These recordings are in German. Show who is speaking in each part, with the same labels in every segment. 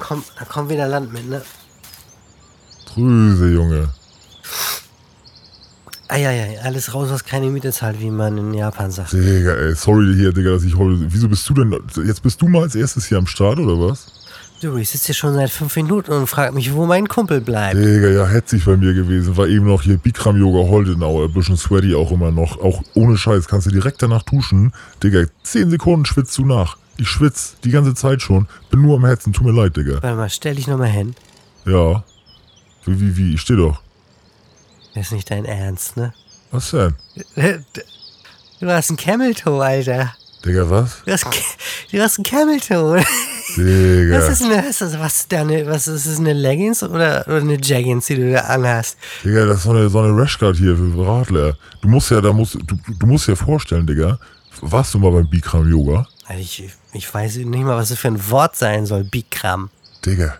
Speaker 1: kommt, da kommt wieder Land mit, ne?
Speaker 2: Drüse, Junge.
Speaker 1: Eieiei, alles raus, was keine Miete zahlt, wie man in Japan sagt.
Speaker 2: Digga, ey, sorry hier, Digga, dass ich heute. Wieso bist du denn. Jetzt bist du mal als erstes hier am Start, oder was?
Speaker 1: Du, ich sitze hier schon seit fünf Minuten und frag mich, wo mein Kumpel bleibt.
Speaker 2: Digga, ja, hetzig bei mir gewesen. War eben noch hier Bikram-Yoga Holdenau, ein bisschen sweaty auch immer noch. Auch ohne Scheiß, kannst du direkt danach duschen. Digga, 10 Sekunden schwitzt du nach. Ich schwitz die ganze Zeit schon. Bin nur am Herzen, tut mir leid, Digga.
Speaker 1: Warte mal, stell dich nochmal hin.
Speaker 2: Ja. Wie, wie, wie? Ich steh doch.
Speaker 1: Das ist nicht dein Ernst, ne?
Speaker 2: Was denn?
Speaker 1: Du hast einen Cameltoe, Alter.
Speaker 2: Digga, was?
Speaker 1: Du hast, ein Ca- du hast einen Cameltoe.
Speaker 2: Digga.
Speaker 1: Was ist denn was ist, was, deine, was ist das, eine Leggings oder, oder eine Jaggings, die du da anhast?
Speaker 2: Digga, das ist so eine, so eine Rashguard hier für Radler. Du musst ja, da musst, du, du musst dir vorstellen, Digga, warst du mal beim Bikram Yoga?
Speaker 1: Also ich, ich weiß nicht mal, was das für ein Wort sein soll, Bikram.
Speaker 2: Digga,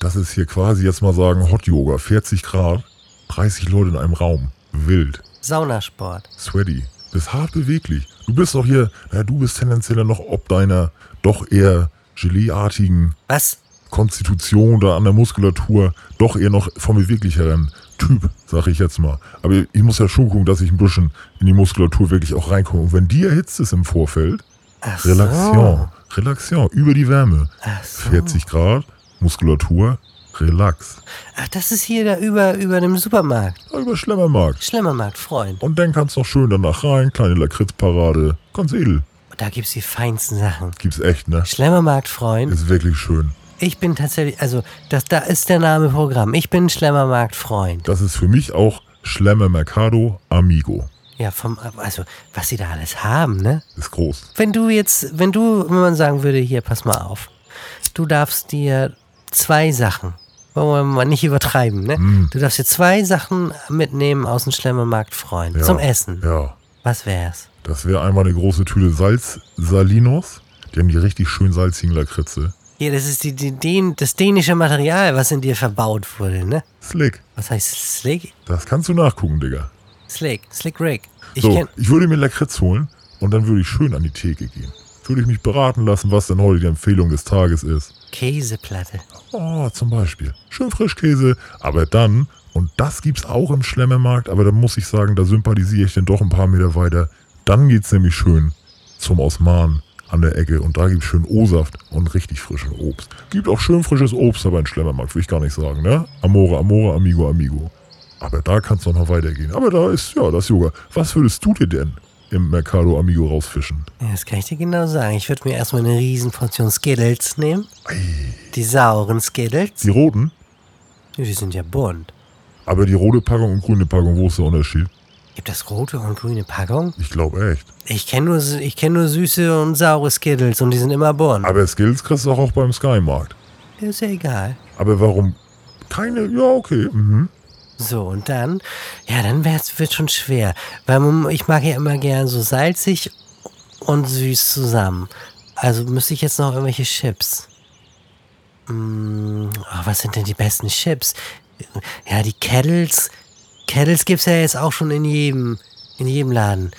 Speaker 2: das ist hier quasi jetzt mal sagen Hot Yoga, 40 Grad, 30 Leute in einem Raum, wild,
Speaker 1: Saunasport.
Speaker 2: sweaty, bist hart beweglich. Du bist doch hier, na, du bist tendenziell dann noch ob deiner doch eher Geleeartigen
Speaker 1: Was?
Speaker 2: Konstitution oder an der Muskulatur doch eher noch vom beweglicheren Typ, sag ich jetzt mal. Aber ich muss ja schon gucken, dass ich ein bisschen in die Muskulatur wirklich auch reinkomme. Und wenn die erhitzt ist im Vorfeld,
Speaker 1: Ach so.
Speaker 2: Relaxion, Relaxion, über die Wärme.
Speaker 1: Ach so.
Speaker 2: 40 Grad, Muskulatur, Relax.
Speaker 1: Ach, das ist hier da über, über dem Supermarkt.
Speaker 2: Ja, Über Schlemmermarkt.
Speaker 1: Schlemmermarkt, Freund.
Speaker 2: Und dann kannst du noch schön danach rein, kleine Lakritzparade. Ganz edel.
Speaker 1: Da gibt's die feinsten Sachen.
Speaker 2: Gibt's echt, ne?
Speaker 1: Schlemmermarkt, Freund.
Speaker 2: Ist wirklich schön.
Speaker 1: Ich bin tatsächlich, also das, da ist der Name Programm. Ich bin Schlemmermarkt, Freund.
Speaker 2: Das ist für mich auch Schlemmer Mercado Amigo.
Speaker 1: Ja, vom, also was sie da alles haben, ne?
Speaker 2: Ist groß.
Speaker 1: Wenn du jetzt, wenn du, wenn man sagen würde, hier, pass mal auf. Du darfst dir zwei Sachen, wollen wir mal nicht übertreiben, ne? Du darfst dir zwei Sachen mitnehmen aus dem Schlemmermarkt, Freund.
Speaker 2: Ja.
Speaker 1: Zum Essen.
Speaker 2: Ja.
Speaker 1: Was wär's?
Speaker 2: Das wäre einmal eine große Tüte Salz Salinos. Die haben die richtig schön salzigen Lakritze.
Speaker 1: Hier, das ist die, die, den, das dänische Material, was in dir verbaut wurde, ne?
Speaker 2: Slick.
Speaker 1: Was heißt Slick?
Speaker 2: Das kannst du nachgucken, Digga.
Speaker 1: Slick, Slick Rick. Ich
Speaker 2: So,
Speaker 1: kenn,
Speaker 2: ich würde mir Lakritz holen und dann würde ich schön an die Theke gehen. Würde ich mich beraten lassen, was denn heute die Empfehlung des Tages ist.
Speaker 1: Käseplatte.
Speaker 2: Oh, zum Beispiel. Schön Frischkäse, aber dann, und das gibt's auch im Schlemmermarkt, aber da muss ich sagen, da sympathisiere ich denn doch ein paar Meter weiter. Dann geht's nämlich schön zum Osman an der Ecke und da gibt's schön O-Saft und richtig frischen Obst. Gibt auch schön frisches Obst, aber im Schlemmermarkt will ich gar nicht sagen, ne? Amore, Amore, Amigo, Amigo. Aber da kann's noch mal weitergehen. Aber da ist, ja, das Yoga. Was würdest du dir denn im Mercado Amigo rausfischen?
Speaker 1: Ja, das kann ich dir genau sagen. Ich würde mir erstmal eine riesen Portion Skittles nehmen.
Speaker 2: Ei,
Speaker 1: Die sauren Skittles.
Speaker 2: die roten?
Speaker 1: Die sind ja bunt.
Speaker 2: Aber die rote Packung und grüne Packung, wo ist der Unterschied?
Speaker 1: Gibt das rote und grüne Packung?
Speaker 2: Ich glaube echt.
Speaker 1: Ich kenne nur, ich kenn nur süße und saure Skittles und die sind immer bunt.
Speaker 2: Aber Skills kriegst du auch beim Sky-Markt.
Speaker 1: Ist ja egal.
Speaker 2: Aber warum keine? Ja, okay. Mhm.
Speaker 1: So, und dann, ja, dann wär's, wird schon schwer. Weil man, ich mag ja immer gern so salzig und süß zusammen. Also müsste ich jetzt noch irgendwelche Chips. Mm, ah, was sind denn die besten Chips? Ja, die Kettles. Kettles gibt's ja jetzt auch schon in jedem, in jedem Laden.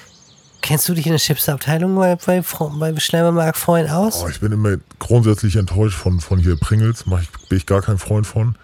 Speaker 1: Kennst du dich in der Chipsabteilung bei, bei, Fro- bei Schlemmermarkt Freund aus?
Speaker 2: Oh, ich bin immer grundsätzlich enttäuscht von, von hier Pringles. Mach ich, bin ich gar kein Freund von.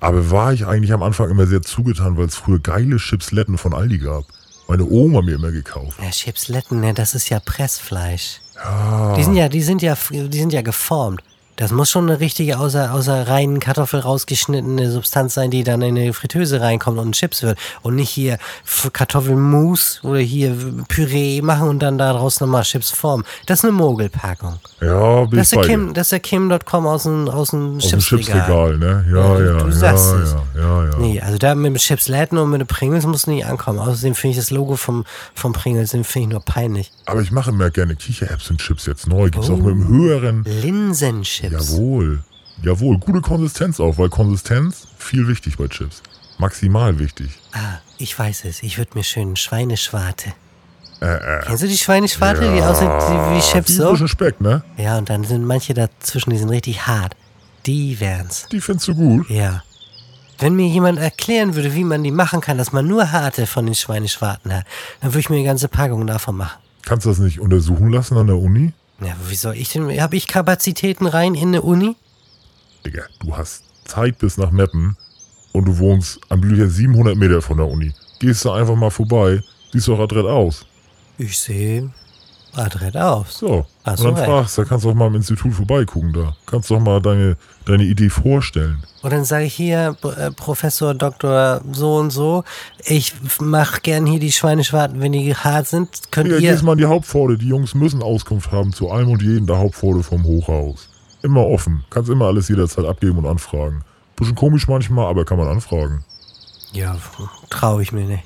Speaker 2: Aber war ich eigentlich am Anfang immer sehr zugetan, weil es früher geile Chipsletten von Aldi gab. Meine Oma mir immer gekauft.
Speaker 1: Ja, Chipsletten, ja, das ist ja Pressfleisch.
Speaker 2: Ja,
Speaker 1: Die sind ja, die sind ja, die sind ja geformt. Das muss schon eine richtige, außer, außer reinen Kartoffel rausgeschnittene Substanz sein, die dann in eine Fritteuse reinkommt und Chips wird. Und nicht hier F- Kartoffelmus oder hier Püree machen und dann daraus nochmal Chips formen. Das ist eine Mogelpackung.
Speaker 2: ja bin
Speaker 1: Das
Speaker 2: ich
Speaker 1: ist
Speaker 2: bei
Speaker 1: der
Speaker 2: dir.
Speaker 1: Kim, das ist der Kim.com aus dem, aus dem
Speaker 2: Aus dem
Speaker 1: Chipsregal.
Speaker 2: Chipsregal, ne? Ja,
Speaker 1: Ja, du-
Speaker 2: ja,
Speaker 1: du
Speaker 2: ja,
Speaker 1: sagst es.
Speaker 2: ja, ja, ja.
Speaker 1: Nee, also da mit dem Chipsletten und mit den Pringles muss nie ankommen. Außerdem finde ich das Logo vom, vom Pringles, den finde ich nur peinlich.
Speaker 2: Aber ich mache immer gerne Kichererbsen Chips jetzt neu.
Speaker 1: Oh.
Speaker 2: Gibt's auch mit einem höheren
Speaker 1: Linsenchips.
Speaker 2: Jawohl. Jawohl, gute Konsistenz auch, weil Konsistenz viel wichtig bei Chips. Maximal wichtig.
Speaker 1: Ah, ich weiß es. Ich würde mir schön Schweineschwarte.
Speaker 2: Äh, äh.
Speaker 1: Kennst du die Schweineschwarte, die aussieht wie, wie Chips
Speaker 2: Die ein
Speaker 1: so?
Speaker 2: bisschen Speck, ne?
Speaker 1: Ja, und dann sind manche dazwischen, die sind richtig hart. Die wären's.
Speaker 2: Die findest du gut.
Speaker 1: Ja. Wenn mir jemand erklären würde, wie man die machen kann, dass man nur harte von den Schweineschwarten hat, dann würde ich mir eine ganze Packung davon machen.
Speaker 2: Kannst du das nicht untersuchen lassen an der Uni?
Speaker 1: Ja, aber wie soll ich denn? Habe ich Kapazitäten rein in eine Uni?
Speaker 2: Digga, du hast Zeit bis nach Meppen und du wohnst am Lücher 700 Meter von der Uni. Gehst da einfach mal vorbei, siehst doch adrett aus.
Speaker 1: Ich sehe adrett aus.
Speaker 2: So.
Speaker 1: Hast
Speaker 2: und dann
Speaker 1: du recht.
Speaker 2: fragst, da kannst du doch mal im Institut vorbeigucken da. Kannst doch mal deine, deine Idee vorstellen.
Speaker 1: Und dann sage ich hier, P- äh, Professor, Doktor, so und so, ich mache gern hier die Schweine schwarz, wenn die hart sind, könnt
Speaker 2: Digga,
Speaker 1: ihr...
Speaker 2: jedes Mal in die Hauptpforte. Die Jungs müssen Auskunft haben zu allem und jedem der Hauptpforte vom Hochhaus. Immer offen. Kannst immer alles jederzeit abgeben und anfragen. Bisschen komisch manchmal, aber kann man anfragen.
Speaker 1: Ja, traue ich mir nicht.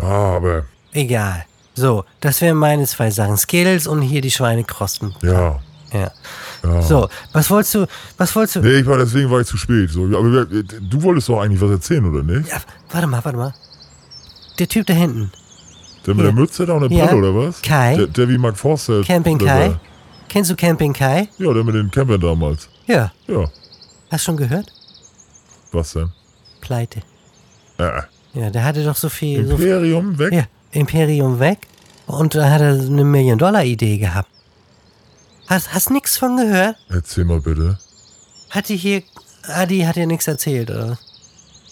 Speaker 2: Ja, aber
Speaker 1: Egal. So, das wären meine zwei Sachen. Skills und hier die Schweinekrosten.
Speaker 2: ja.
Speaker 1: Ja.
Speaker 2: ja.
Speaker 1: So, was wolltest du, was wolltest du...
Speaker 2: Nee, ich war deswegen war ich zu spät. So, aber wir- du wolltest doch eigentlich was erzählen, oder nicht?
Speaker 1: Ja, warte mal, warte mal. Der Typ da hinten,
Speaker 2: Der mit
Speaker 1: Ja.
Speaker 2: der Mütze da und der
Speaker 1: Ja.
Speaker 2: Brille, oder was?
Speaker 1: Kai.
Speaker 2: Der, der wie Mark Forster.
Speaker 1: Camping
Speaker 2: der
Speaker 1: Kai.
Speaker 2: war-
Speaker 1: Kennst du Camping Kai?
Speaker 2: Ja, der mit den Campern damals.
Speaker 1: Ja,
Speaker 2: Ja,
Speaker 1: hast schon gehört?
Speaker 2: was denn?
Speaker 1: Pleite.
Speaker 2: Äh,
Speaker 1: Ja, der hatte doch so viel... So viel
Speaker 2: Imperium weg?
Speaker 1: Ja, Imperium weg. Und da hat er eine Million-Dollar-Idee gehabt. Hast, hast nix von gehört?
Speaker 2: Erzähl mal bitte.
Speaker 1: Hat die hier. Adi hat dir nichts erzählt, oder? was?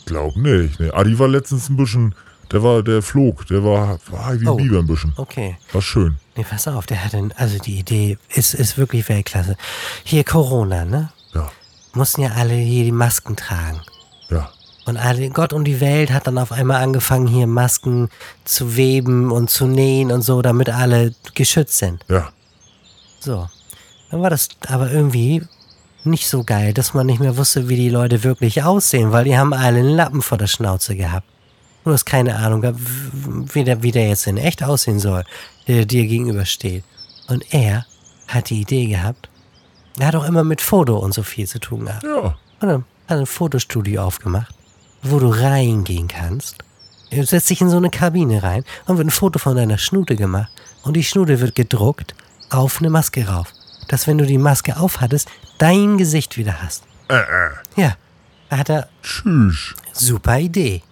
Speaker 2: Glaub nicht. Nee. Adi war letztens ein bisschen, der war, der flog, der war, war wie ein
Speaker 1: Oh.
Speaker 2: Biber ein bisschen.
Speaker 1: Okay.
Speaker 2: War schön.
Speaker 1: Nee, pass auf, der hat einen. Also die Idee ist, ist wirklich Weltklasse. Hier Corona, ne?
Speaker 2: Ja,
Speaker 1: Mussten ja alle hier die Masken tragen.
Speaker 2: ja.
Speaker 1: Und alle, Gott und die Welt hat dann auf einmal angefangen, hier Masken zu weben und zu nähen und so, damit alle geschützt sind.
Speaker 2: Ja,
Speaker 1: So. Dann war das aber irgendwie nicht so geil, dass man nicht mehr wusste, wie die Leute wirklich aussehen, weil die haben alle einen Lappen vor der Schnauze gehabt. Du hast keine Ahnung, gehabt, w- wie der, wie der jetzt in echt aussehen soll, der dir gegenübersteht. Und er hat die Idee gehabt, er hat auch immer mit Foto und so viel zu tun gehabt.
Speaker 2: ja.
Speaker 1: Und dann hat er ein Fotostudio aufgemacht, wo du reingehen kannst. Du setzt dich in so eine Kabine rein und wird ein Foto von deiner Schnute gemacht. Und die Schnute wird gedruckt auf eine Maske rauf. Dass wenn du die Maske aufhattest, dein Gesicht wieder hast.
Speaker 2: Äh, äh.
Speaker 1: Ja, da hat er
Speaker 2: Tschüss.
Speaker 1: super Idee.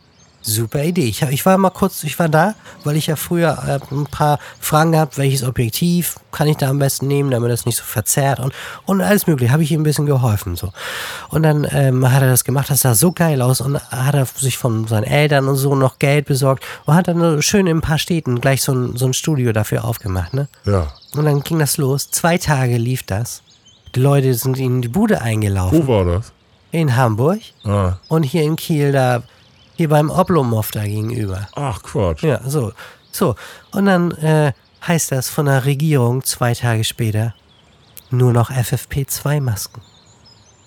Speaker 1: Super Idee. Ich, hab- ich war mal kurz, ich war da, weil ich ja früher äh, ein paar Fragen gehabt, welches Objektiv kann ich da am besten nehmen, damit das nicht so verzerrt und, und alles mögliche. Habe ich ihm ein bisschen geholfen. so. Und dann ähm, hat er das gemacht, das sah so geil aus und hat er sich von seinen Eltern und so noch Geld besorgt und hat dann schön in ein paar Städten gleich so ein, so ein Studio dafür aufgemacht. Ne?
Speaker 2: Ja.
Speaker 1: Und dann ging das los. Zwei Tage lief das. Die Leute sind in die Bude eingelaufen.
Speaker 2: Wo war das?
Speaker 1: In Hamburg.
Speaker 2: Ah.
Speaker 1: Und hier in Kiel, da, hier beim Oblomov da gegenüber.
Speaker 2: Ach, Quatsch.
Speaker 1: Ja, so. So. Und dann äh, heißt das von der Regierung zwei Tage später nur noch FFP2-Masken.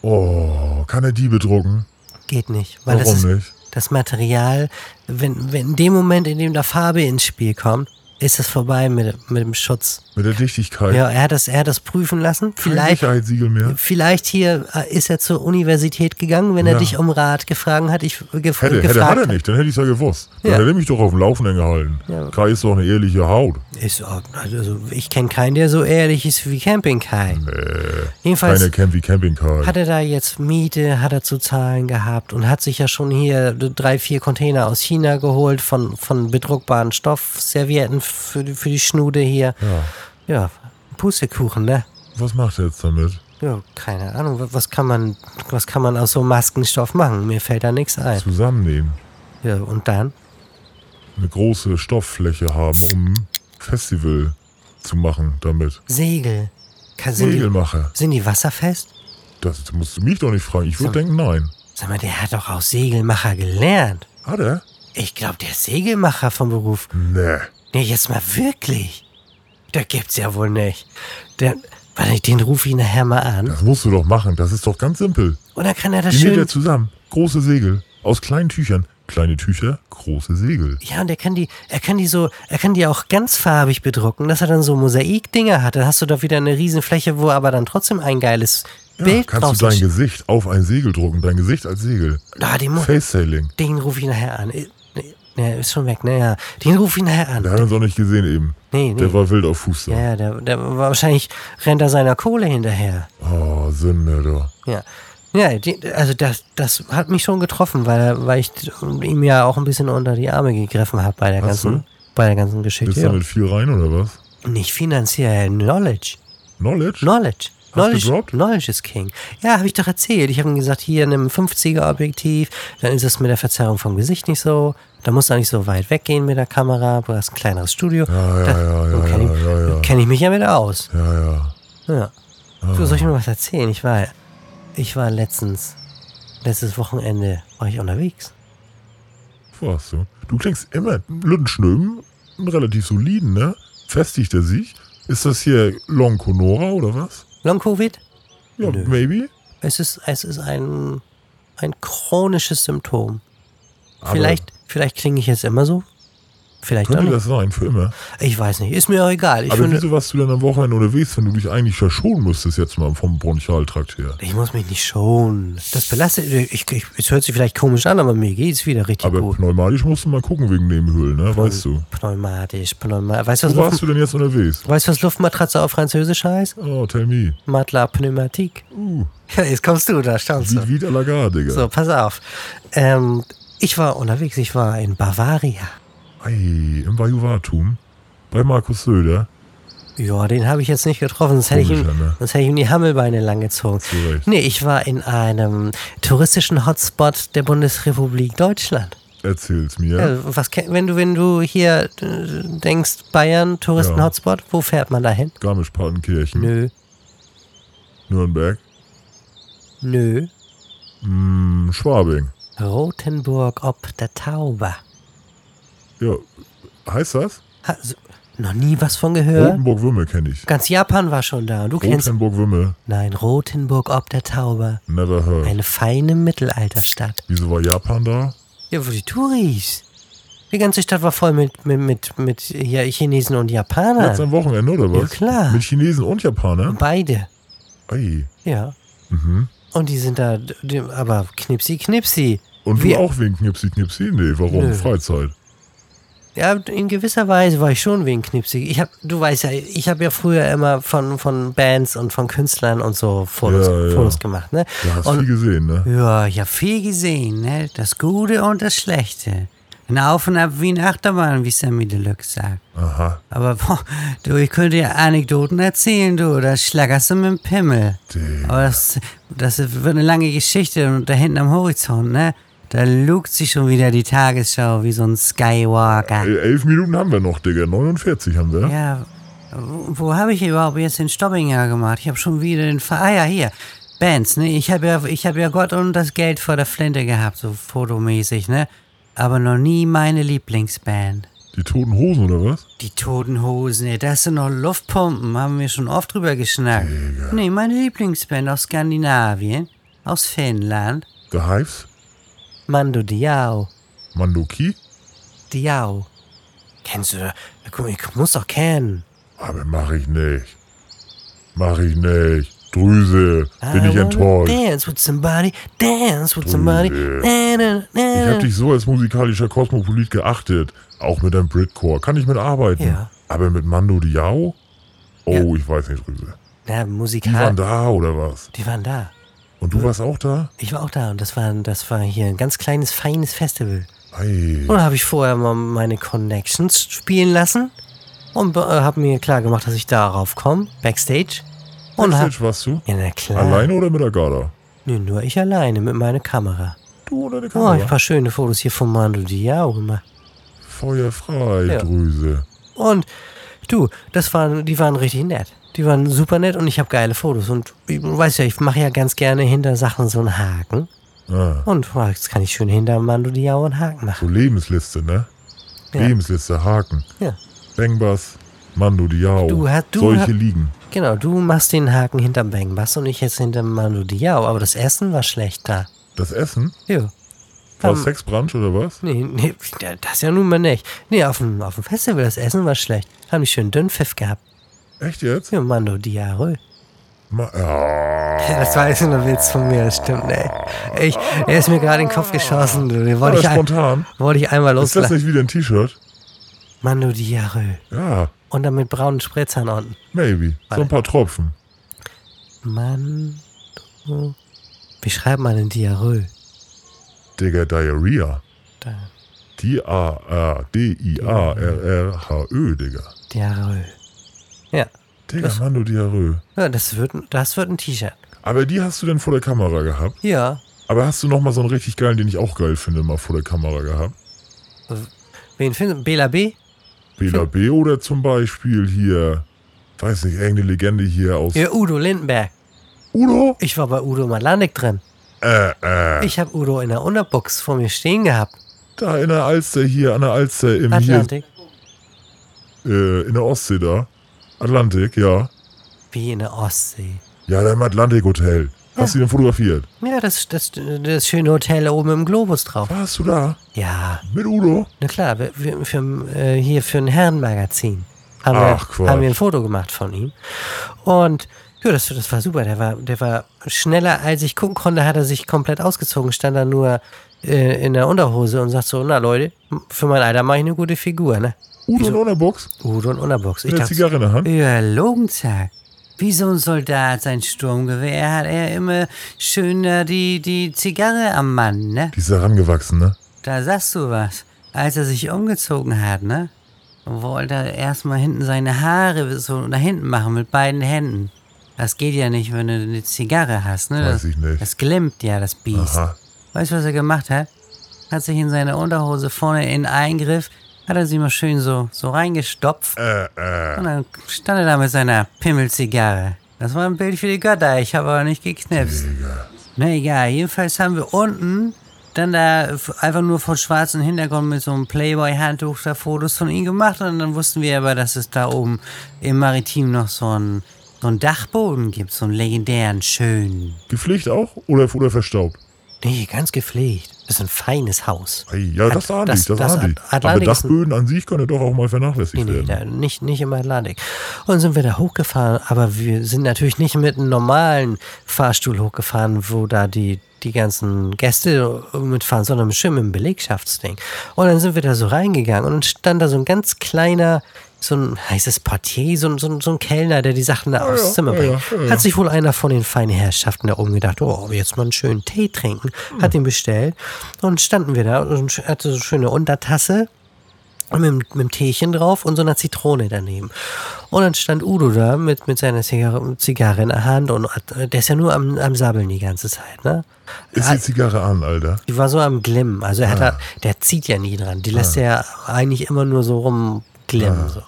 Speaker 2: Oh, kann er die bedrucken?
Speaker 1: Geht nicht. Weil das,
Speaker 2: Warum
Speaker 1: ist,
Speaker 2: nicht?
Speaker 1: das Material, wenn, wenn in dem Moment, in dem da Farbe ins Spiel kommt, ist es vorbei mit, mit dem Schutz.
Speaker 2: Mit der Dichtigkeit.
Speaker 1: Ja, er hat das, er hat das prüfen lassen.
Speaker 2: Kein
Speaker 1: Vielleicht
Speaker 2: Sicherheitssiegel mehr.
Speaker 1: Vielleicht hier äh, ist er zur Universität gegangen, wenn er
Speaker 2: Ja.
Speaker 1: dich um Rat gefragt hat. Ich äh, gef
Speaker 2: Hätte, hätte,
Speaker 1: gefragt
Speaker 2: hat er nicht, dann hätte ich es ja gewusst. Dann
Speaker 1: Ja.
Speaker 2: hätte er mich doch auf dem Laufenden gehalten.
Speaker 1: Ja.
Speaker 2: Kai ist doch eine ehrliche Haut.
Speaker 1: Ist, auch- also ich kenne keinen, der so ehrlich ist wie Camping Kai. Jedenfalls
Speaker 2: Keine Camp wie Camping Kai.
Speaker 1: hat er da jetzt Miete, hat er zu zahlen gehabt und hat sich ja schon hier drei, vier Container aus China geholt von, von bedruckbaren Stoffservietten für, die- für die Schnude hier.
Speaker 2: ja.
Speaker 1: Ja, Pustekuchen, ne?
Speaker 2: Was macht er jetzt damit?
Speaker 1: Ja, keine Ahnung. wa- Was kann man, was kann man aus so Maskenstoff machen? Mir fällt da nichts ein.
Speaker 2: Zusammennehmen.
Speaker 1: Ja, und dann?
Speaker 2: Eine große Stofffläche haben, um Festival zu machen damit.
Speaker 1: Segel. Ka- Sind,
Speaker 2: Segelmacher.
Speaker 1: Die, sind die wasserfest?
Speaker 2: Das musst du mich doch nicht fragen. Ich würde denken, nein.
Speaker 1: Sag mal, der hat doch auch Segelmacher gelernt.
Speaker 2: Hat er?
Speaker 1: Ich glaube, der ist Segelmacher vom Beruf.
Speaker 2: Nee.
Speaker 1: Nee, jetzt mal wirklich. Da gibt's ja wohl nicht. Der, warte, den ruf ich nachher mal an.
Speaker 2: Das musst du doch machen. Das ist doch ganz simpel.
Speaker 1: Und dann kann er das
Speaker 2: Die näht
Speaker 1: schön.
Speaker 2: er zusammen. Große Segel. Aus kleinen Tüchern. Kleine Tücher, große Segel.
Speaker 1: Ja, und er kann die, er kann die so, er kann die auch ganz farbig bedrucken, dass er dann so Mosaikdinger hat. Dann hast du doch wieder eine Riesenfläche, wo aber dann trotzdem ein geiles
Speaker 2: Ja,
Speaker 1: Bild drauf
Speaker 2: kannst du dein Gesicht auf ein Segel drucken. Dein Gesicht als Segel.
Speaker 1: Ah, den, mu-
Speaker 2: Face-Sailing.
Speaker 1: den ruf ich nachher an. Äh, nee, Nee, ist schon weg, naja. Den ruf ich nachher an.
Speaker 2: Der hat uns auch nicht gesehen eben.
Speaker 1: Nee, nee.
Speaker 2: Der war wild auf Fuß da.
Speaker 1: Ja, ja, der, der wahrscheinlich rennt er seiner Kohle hinterher.
Speaker 2: Oh, Sünde, du.
Speaker 1: Ja. Ja, die, also das, das hat mich schon getroffen, weil, weil ich ihm ja auch ein bisschen unter die Arme gegriffen habe bei der
Speaker 2: Hast
Speaker 1: ganzen,
Speaker 2: du?
Speaker 1: bei der ganzen
Speaker 2: Bist
Speaker 1: Geschichte.
Speaker 2: du
Speaker 1: Ja.
Speaker 2: mit viel rein oder was?
Speaker 1: Nicht finanziell, Knowledge.
Speaker 2: Knowledge?
Speaker 1: Knowledge. Knowledge,
Speaker 2: gedroppt?
Speaker 1: Knowledge is King. Ja, habe ich doch erzählt. Ich habe ihm gesagt, hier in einem 50er-Objektiv, dann ist es mit der Verzerrung vom Gesicht nicht so. Da musst du auch nicht so weit weggehen mit der Kamera. Du hast ein kleineres Studio.
Speaker 2: Ja, ja,
Speaker 1: Da-
Speaker 2: ja, ja,
Speaker 1: dann kenn ich,
Speaker 2: ja, ja, ja.
Speaker 1: Kenne ich mich ja mit aus.
Speaker 2: Ja, ja.
Speaker 1: Ja. So,
Speaker 2: Ah.
Speaker 1: soll ich mir was erzählen? Ich war, ich war letztens, letztes Wochenende war ich unterwegs.
Speaker 2: Was so? Du klingst immer Lüttenschnöben, relativ soliden, ne? Festigt er sich. Ist das hier Long Conora oder was?
Speaker 1: Long Covid?
Speaker 2: Ja,
Speaker 1: Nö.
Speaker 2: maybe.
Speaker 1: Es ist, es ist ein, ein chronisches Symptom.
Speaker 2: Aber
Speaker 1: vielleicht, vielleicht klinge ich jetzt immer so. Vielleicht auch
Speaker 2: Könnte
Speaker 1: nicht.
Speaker 2: das sein, für immer.
Speaker 1: Ich weiß nicht. Ist mir auch egal. Ich,
Speaker 2: Aber
Speaker 1: finde,
Speaker 2: wieso warst du denn am Wochenende unterwegs, wenn du dich eigentlich ja schonen müsstest jetzt mal vom Bronchialtrakt her?
Speaker 1: ich muss mich nicht schonen. Das belastet. Ich, ich, es hört sich vielleicht komisch an, aber mir geht's wieder richtig
Speaker 2: Aber
Speaker 1: gut.
Speaker 2: pneumatisch musst du mal gucken wegen Nebenhöhlen, ne? Weißt du.
Speaker 1: Pneumatisch, pneumatisch. Weißt du, was,
Speaker 2: Wo warst
Speaker 1: Luft,
Speaker 2: du denn jetzt unterwegs?
Speaker 1: weißt, du, was Luftmatratze auf Französisch heißt?
Speaker 2: Oh, tell me.
Speaker 1: Matla Pneumatik.
Speaker 2: Uh,
Speaker 1: Ja, jetzt kommst du, da staunst du.
Speaker 2: wie wie à la gare, Digga.
Speaker 1: So, pass auf. Ähm, ich war unterwegs, ich war in Bavaria.
Speaker 2: Ei, im Bajuwartum. Bei Markus Söder.
Speaker 1: Ja, den habe ich jetzt nicht getroffen, sonst hätte, ich ihm,
Speaker 2: Komischer, ne?
Speaker 1: sonst hätte ich ihm die Hammelbeine langgezogen.
Speaker 2: Zu Recht.
Speaker 1: Nee, ich war in einem touristischen Hotspot der Bundesrepublik Deutschland.
Speaker 2: Erzähl's mir.
Speaker 1: Also, was, kenn- wenn, du, wenn du hier äh, denkst, Bayern, Touristen-Hotspot, wo fährt man da hin?
Speaker 2: Garmisch-Partenkirchen,
Speaker 1: Nö,
Speaker 2: Nürnberg,
Speaker 1: nö.
Speaker 2: mh, Hm, Schwabing.
Speaker 1: Rotenburg ob der Tauber.
Speaker 2: Ja, heißt das?
Speaker 1: Hast du noch nie was von gehört?
Speaker 2: Rotenburg-Würme kenne ich.
Speaker 1: Ganz Japan war schon da und du kennst.
Speaker 2: Rotenburg-Würme,
Speaker 1: Nein, Rotenburg ob der Tauber.
Speaker 2: never heard.
Speaker 1: Eine feine Mittelalterstadt.
Speaker 2: Wieso war Japan da?
Speaker 1: Ja, für die Touris. Die ganze Stadt war voll mit, mit, mit, mit ja, Chinesen und
Speaker 2: Jetzt
Speaker 1: Japanern.
Speaker 2: am Wochenende, oder was?
Speaker 1: Ja, klar.
Speaker 2: Mit Chinesen und Japanern?
Speaker 1: Beide,
Speaker 2: Ei.
Speaker 1: ja.
Speaker 2: Mhm.
Speaker 1: Und die sind da, die- aber knipsi, knipsi.
Speaker 2: Und
Speaker 1: Wir-
Speaker 2: du auch wegen Knipsi Knipsi? Nee, warum?
Speaker 1: Nö.
Speaker 2: Freizeit.
Speaker 1: Ja, in gewisser Weise war ich schon wegen Knipsi. Ich hab, du weißt ja, ich habe ja früher immer von, von Bands und von Künstlern und so Fotos,
Speaker 2: Ja, ja.
Speaker 1: Fotos gemacht, ne?
Speaker 2: Da hast du
Speaker 1: und
Speaker 2: viel gesehen, ne?
Speaker 1: Ja, ich hab viel gesehen, ne? Das Gute und das Schlechte. Ein Auf und Ab wie ein Achterbahn, wie Sammy Deluxe sagt.
Speaker 2: Aha.
Speaker 1: Aber boah, du, ich könnte ja Anekdoten erzählen, du. Da schlagerst du mit dem Pimmel.
Speaker 2: Digga.
Speaker 1: Aber das, das wird eine lange Geschichte und da hinten am Horizont, ne? Da lugt sich schon wieder die Tagesschau wie so ein Skywalker.
Speaker 2: Ey, elf Minuten haben wir noch, Digga. 49 haben wir.
Speaker 3: Ja, wo, wo habe ich überhaupt jetzt den Stoppinger gemacht? Ich habe schon wieder den Ver Ah ja, hier. Bands, ne? Ich habe ja, ich hab ja Gott und das Geld vor der Flinte gehabt, so fotomäßig, ne? Aber noch nie meine Lieblingsband.
Speaker 2: Die toten Hosen, oder was?
Speaker 3: Die Toten Hosen, ey, das sind noch Luftpumpen, haben wir schon oft drüber geschnackt. Nee, meine Lieblingsband aus Skandinavien, aus Finnland.
Speaker 2: The Hives?
Speaker 1: Mando Diao.
Speaker 2: Mandoki?
Speaker 1: Diao. Kennst du da? Guck mal, ich muss doch kennen.
Speaker 2: Aber mach ich nicht. Mach ich nicht. Drüse. Bin
Speaker 1: I
Speaker 2: ich
Speaker 1: wanna
Speaker 2: enttäuscht.
Speaker 1: Dance with somebody, dance with somebody.
Speaker 2: Drüse.
Speaker 1: Na, na, na,
Speaker 2: Ich habe
Speaker 1: na.
Speaker 2: dich so als musikalischer Kosmopolit geachtet. Auch mit deinem Britcore. Kann ich mit arbeiten.
Speaker 1: Ja.
Speaker 2: Aber mit Mando Diao? Oh, ich weiß nicht, Drüse.
Speaker 1: Na,
Speaker 2: Die waren
Speaker 1: musikal.
Speaker 2: da oder was?
Speaker 1: Die waren da.
Speaker 2: Und du warst auch da?
Speaker 1: Ich war auch da und das war, das war hier ein ganz kleines, feines Festival.
Speaker 2: Ei.
Speaker 1: Und da habe ich vorher mal meine Connections spielen lassen und äh, habe mir klar gemacht, dass ich darauf komme, Backstage. Und hab,
Speaker 2: Backstage warst du?
Speaker 1: ja, na klar.
Speaker 2: Alleine oder mit der Garda?
Speaker 1: Nö, nur ich alleine mit meiner Kamera.
Speaker 2: Du oder deine
Speaker 1: Oh, hab ich
Speaker 2: Kamera?
Speaker 1: ein paar schöne Fotos hier von Mando Diao gemacht.
Speaker 2: Feuerfrei,
Speaker 1: Ja.
Speaker 2: Drüse.
Speaker 1: Und du, das waren, die waren richtig nett. Die waren super nett und ich habe geile Fotos. Und ich weiß ja, ich mache ja ganz gerne hinter Sachen so einen Haken.
Speaker 2: Ah,
Speaker 1: Und boah, jetzt kann ich schön hinter Mando Diao einen Haken machen.
Speaker 2: so Lebensliste, ne?
Speaker 1: Ja.
Speaker 2: Lebensliste, Haken.
Speaker 1: Ja.
Speaker 2: Bangbass, Mando Diao.
Speaker 1: Du hast- du
Speaker 2: Solche
Speaker 1: hast-
Speaker 2: liegen.
Speaker 1: Genau, du machst den Haken hinterm Bang Bass und ich jetzt hinterm Manu Diao, aber das Essen war schlecht da.
Speaker 2: Das Essen?
Speaker 1: Jo.
Speaker 2: War
Speaker 1: Ähm.
Speaker 2: es Sexbrunch oder was?
Speaker 1: Nee, nee, das ja nun mal nicht. Nee, auf dem, auf dem Festival, das Essen war schlecht. Haben die schön Dünnpfiff gehabt.
Speaker 2: Echt jetzt?
Speaker 1: Ja, Mando Diarö.
Speaker 2: Ma Ah, ja.
Speaker 1: Das war jetzt nur ein Witz von mir, das stimmt, ey. Ich, er ist mir gerade in den Kopf geschossen, du. Den
Speaker 2: War
Speaker 1: wollte
Speaker 2: das
Speaker 1: ich, ein,
Speaker 2: spontan?
Speaker 1: wollte ich einmal
Speaker 2: Ist das
Speaker 1: loslassen.
Speaker 2: nicht wieder ein T-Shirt?
Speaker 1: Mando Diarö.
Speaker 2: Ja,
Speaker 1: Und dann mit braunen Spritzern unten.
Speaker 2: maybe. So
Speaker 1: Warte.
Speaker 2: ein paar Tropfen.
Speaker 1: Mando. Wie schreibt man denn Diarö?
Speaker 2: Digga, Diarrhea.
Speaker 1: Da,
Speaker 2: D-A-R-D-I-A-R-R-H-Ö, Digga.
Speaker 1: Diarö. Ja,
Speaker 2: Digga, Mann, du Diarrhoe.
Speaker 1: Ja, das wird, das wird ein T-Shirt.
Speaker 2: Aber die hast du denn vor der Kamera gehabt?
Speaker 1: Ja.
Speaker 2: Aber hast du noch mal so einen richtig geilen, den ich auch geil finde, mal vor der Kamera gehabt?
Speaker 1: Wen findest du? Bela B?
Speaker 2: Bela
Speaker 1: Hm.
Speaker 2: B. oder zum Beispiel hier, weiß nicht, irgendeine Legende hier aus
Speaker 1: Ja, Udo Lindenberg.
Speaker 2: Udo?
Speaker 1: Ich war bei Udo Malanik drin.
Speaker 2: Äh, äh,
Speaker 1: Ich habe Udo in der Unterbox vor mir stehen gehabt.
Speaker 2: da in der Alster hier, an der Alster im hier,
Speaker 1: Atlantik.
Speaker 2: äh, in der Ostsee da. Atlantik, ja.
Speaker 1: Wie in der Ostsee.
Speaker 2: Ja, da im Atlantik Hotel. Hast du den fotografiert?
Speaker 1: Ja, das, das, das schöne Hotel oben im Globus drauf.
Speaker 2: Warst du da?
Speaker 1: Ja,
Speaker 2: Mit Udo?
Speaker 1: na klar, wir, wir, für, äh, hier für ein Herrenmagazin haben,
Speaker 2: Ach,
Speaker 1: wir,
Speaker 2: Quatsch.
Speaker 1: haben wir ein Foto gemacht von ihm. Und ja, das, das war super. Der war, der war schneller, als ich gucken konnte, hat er sich komplett ausgezogen, stand da nur äh, in der Unterhose und sagt so, na Leute, für mein Alter mache ich eine gute Figur, ne?
Speaker 2: Udo in der Box?
Speaker 1: Udo und Unterbox. Ich
Speaker 2: Mit der
Speaker 1: dachte,
Speaker 2: Zigarre in der Hand?
Speaker 3: Ja, Logenzag. Wie so ein Soldat sein Sturmgewehr hat er immer schöner die, die Zigarre am Mann, ne?
Speaker 2: Die ist herangewachsen, ne?
Speaker 3: Da sagst du was. Als er sich umgezogen hat, ne? Wollte er erstmal hinten seine Haare so nach hinten machen mit beiden Händen. Das geht ja nicht, wenn du eine Zigarre hast, ne?
Speaker 2: Weiß
Speaker 3: Das,
Speaker 2: ich nicht.
Speaker 3: das glimmt ja, das Biest.
Speaker 2: Aha.
Speaker 3: Weißt du, was er gemacht hat? Hat sich in seine Unterhose vorne in Eingriff, hat er sie mal schön so, so reingestopft.
Speaker 2: Äh, äh.
Speaker 3: Und dann stand er da mit seiner Pimmelzigarre. Das war ein Bild für die Götter, ich habe aber nicht geknipst. Na egal, jedenfalls haben wir unten dann da f- einfach nur vor schwarzem Hintergrund mit so einem Playboy-Handtuch da Fotos von ihm gemacht und dann wussten wir aber, dass es da oben im Maritim noch so einen, so einen Dachboden gibt, so einen legendären, schönen.
Speaker 2: Gepflegt auch? Oder, oder verstaubt?
Speaker 1: nee, ganz gepflegt. Das ist ein feines Haus.
Speaker 2: Ei, ja, das
Speaker 1: At-
Speaker 2: ahne ich,
Speaker 1: das-
Speaker 2: das,
Speaker 1: das
Speaker 2: ahne
Speaker 1: At-
Speaker 2: ich. Aber
Speaker 1: Atlantik ist ein-
Speaker 2: Dachböden an sich können doch auch mal vernachlässigt
Speaker 1: Nee,
Speaker 2: werden.
Speaker 1: nee, da, Hm, nicht, nicht im Atlantik. Und sind wir da hochgefahren, aber wir sind natürlich nicht mit einem normalen Fahrstuhl hochgefahren, wo da die, die ganzen Gäste mitfahren, sondern mit schön mit einem Belegschaftsding. Und dann sind wir da so reingegangen und dann stand da so ein ganz kleiner, so ein heißes Portier, so, ein- so, ein- so ein Kellner, der die Sachen da aufs
Speaker 2: ja,
Speaker 1: Zimmer
Speaker 2: ja,
Speaker 1: bringt.
Speaker 2: ja, ja.
Speaker 1: Hat sich wohl einer von den feinen Herrschaften da oben gedacht, oh, jetzt mal einen schönen Tee trinken, hat
Speaker 2: Hm.
Speaker 1: ihn bestellt. Und standen wir da und hatte so eine schöne Untertasse und mit, mit dem Teechen drauf und so einer Zitrone daneben. Und dann stand Udo da mit, mit seiner Zigarre, Zigarre in der Hand und hat- der ist ja nur am, am Sabbeln die ganze Zeit, ne?
Speaker 2: Ist Ah. die Zigarre an, Alter.
Speaker 1: Die war so am Glimmen. Also er hat da, der zieht ja nie dran.
Speaker 2: Ah.
Speaker 1: Die lässt er ja eigentlich immer nur so rumglimmen. So.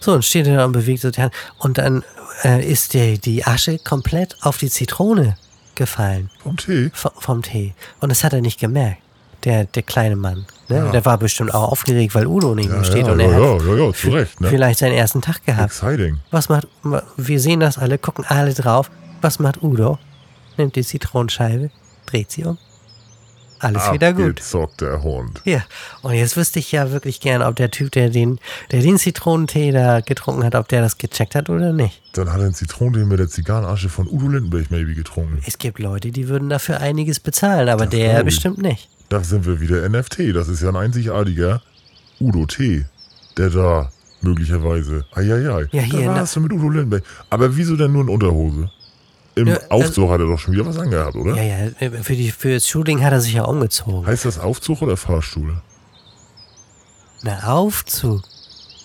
Speaker 1: so, und steht er da und bewegt so die Hand. Und dann äh, ist der, die Asche komplett auf die Zitrone gefallen
Speaker 2: Vom Tee?
Speaker 1: v- vom Tee. Und das hat er nicht gemerkt, der, der kleine Mann. Ne? Der war bestimmt auch aufgeregt, weil Udo neben ihm
Speaker 2: Ja,
Speaker 1: steht
Speaker 2: ja,
Speaker 1: und
Speaker 2: ja,
Speaker 1: er hat
Speaker 2: ja, ja, ja, zu Recht, ne?
Speaker 1: vielleicht seinen ersten Tag gehabt.
Speaker 2: Exciting.
Speaker 1: Was macht, wir sehen das alle, gucken alle drauf. Was macht Udo? Nimmt die Zitronenscheibe, dreht sie um. Alles wieder gut.
Speaker 2: Abgezockt, der Hund.
Speaker 1: Ja, und jetzt wüsste ich ja wirklich gern, ob der Typ, der den, der den Zitronentee da getrunken hat, ob der das gecheckt hat oder nicht.
Speaker 2: Dann hat er einen Zitronentee mit der Zigarrenasche von Udo Lindenberg maybe getrunken.
Speaker 1: Es gibt Leute, die würden dafür einiges bezahlen, aber der
Speaker 2: glaub ich.
Speaker 1: bestimmt nicht.
Speaker 2: Da sind wir wieder NFT. Das ist ja ein einzigartiger Udo T. Der da möglicherweise. Eieiei.
Speaker 1: Ja, hier,
Speaker 2: da
Speaker 1: na-
Speaker 2: warst du mit Udo Lindenberg. Aber wieso denn nur in Unterhose? Im
Speaker 1: Ja, das-
Speaker 2: Aufzug hat er doch schon wieder was angehabt, oder?
Speaker 1: Ja, ja, für, die, für das Shooting hat er sich ja umgezogen.
Speaker 2: Heißt das Aufzug oder Fahrstuhl?
Speaker 1: Na, Aufzug.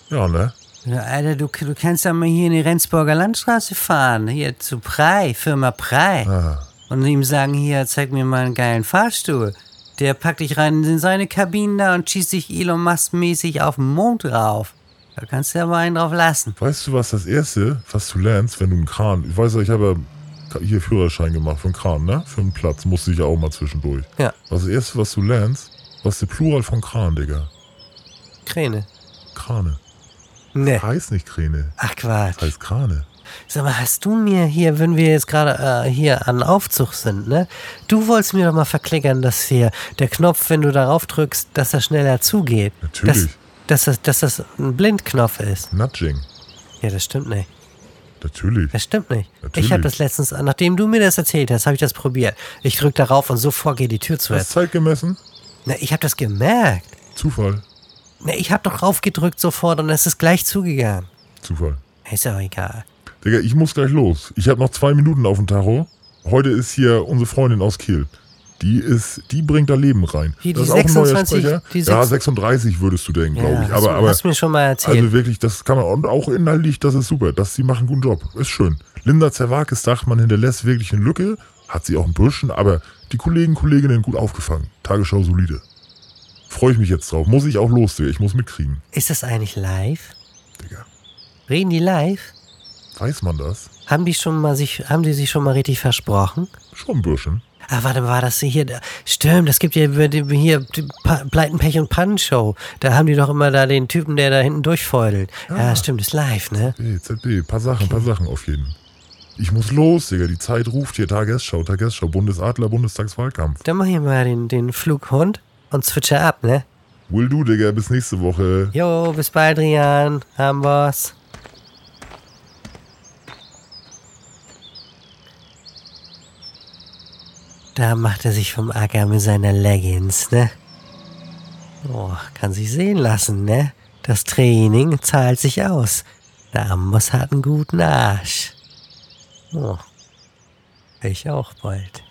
Speaker 2: Ja, ne?
Speaker 3: Ja, Alter, du, du kannst ja mal hier in die Rendsburger Landstraße fahren, hier zu Prey, Firma Prey.
Speaker 2: Ah.
Speaker 3: Und ihm sagen, hier, zeig mir mal einen geilen Fahrstuhl. Der packt dich rein in seine Kabine da und schießt dich Elon Musk-mäßig auf den Mond rauf. Da kannst du aber einen drauf lassen.
Speaker 2: Weißt du, was das Erste, was du lernst, wenn du einen Kran. Ich weiß ja, ich habe ja hier Führerschein gemacht für einen Kran, ne? Für einen Platz. Musste ich ja auch mal zwischendurch.
Speaker 1: Ja,
Speaker 2: Was das Erste, was du lernst, was der Plural von Kran, Digga?
Speaker 1: Kräne.
Speaker 2: Krane.
Speaker 1: Ne.
Speaker 2: Heißt nicht Kräne.
Speaker 1: Ach Quatsch.
Speaker 2: Heißt Krane.
Speaker 1: Sag mal, hast du mir hier, wenn wir jetzt gerade äh, hier an Aufzug sind, ne? Du wolltest mir doch mal verklickern, dass hier der Knopf, wenn du darauf drückst, dass er schneller zugeht.
Speaker 2: Natürlich.
Speaker 1: Dass, dass, das, dass das ein Blindknopf ist.
Speaker 2: Nudging.
Speaker 1: Ja, das stimmt nicht.
Speaker 2: Natürlich.
Speaker 1: Das stimmt nicht.
Speaker 2: Natürlich.
Speaker 1: Ich habe das letztens, nachdem du mir das erzählt hast, habe ich das probiert. Ich drück darauf und sofort geht die Tür zu.
Speaker 2: Hast Zeit gemessen?
Speaker 1: Na, ich habe das gemerkt.
Speaker 2: Zufall.
Speaker 1: Na, ich hab doch raufgedrückt sofort und es ist gleich zugegangen.
Speaker 2: Zufall.
Speaker 1: Ist ja auch egal.
Speaker 2: Digga, ich muss gleich los. Ich habe noch zwei Minuten auf dem Tacho. Heute ist hier unsere Freundin aus Kiel. Die ist, die bringt da Leben rein.
Speaker 3: Hier, die
Speaker 2: das ist auch ein neuer
Speaker 3: 26,
Speaker 2: Sprecher.
Speaker 3: die
Speaker 2: ja,
Speaker 3: 6
Speaker 2: 36 würdest du denken, glaube ich.
Speaker 3: hast
Speaker 2: Aber,
Speaker 3: du-
Speaker 2: aber
Speaker 3: hast du mir schon mal erzählt.
Speaker 2: also wirklich, das kann man und auch inhaltlich, das ist super. Das, sie machen einen guten Job. Ist schön. Linda Zerwakis sagt, man hinterlässt wirklich eine Lücke. Hat sie auch ein bisschen, aber die Kollegen, Kolleginnen gut aufgefangen. Tagesschau solide. Freue ich mich jetzt drauf. Muss ich auch los, Digga. Ich muss mitkriegen,
Speaker 1: Ist das eigentlich live?
Speaker 2: Digga.
Speaker 1: Reden die live?
Speaker 2: Weiß man das?
Speaker 1: Haben die schon mal sich, haben die sich schon mal richtig versprochen?
Speaker 2: Schon ein bisschen.
Speaker 1: Ah, warte, war das hier? da- Stimmt, das gibt ja über die- hier die Pa- Pleitenpech und Pannenshow. Da haben die doch immer da den Typen, der da hinten durchfeudelt. Ja, stimmt, ist live, ne?
Speaker 2: Hey, ZB, paar Sachen, paar Sachen auf jeden. Ich muss los, Digga. Die Zeit ruft hier. Tagesschau, Tagesschau, Bundesadler, Bundestagswahlkampf.
Speaker 1: Dann mach ich mal den, den Flughund und zwitscher ab, ne?
Speaker 2: Will du, Digga. Bis nächste Woche.
Speaker 1: Jo, bis bald, Rian. Haben wir's. Da macht er sich vom Acker mit seiner Leggings, ne? Oh, kann sich sehen lassen, ne? Das Training zahlt sich aus. Der Amboss hat einen guten Arsch. Oh, ich auch bald.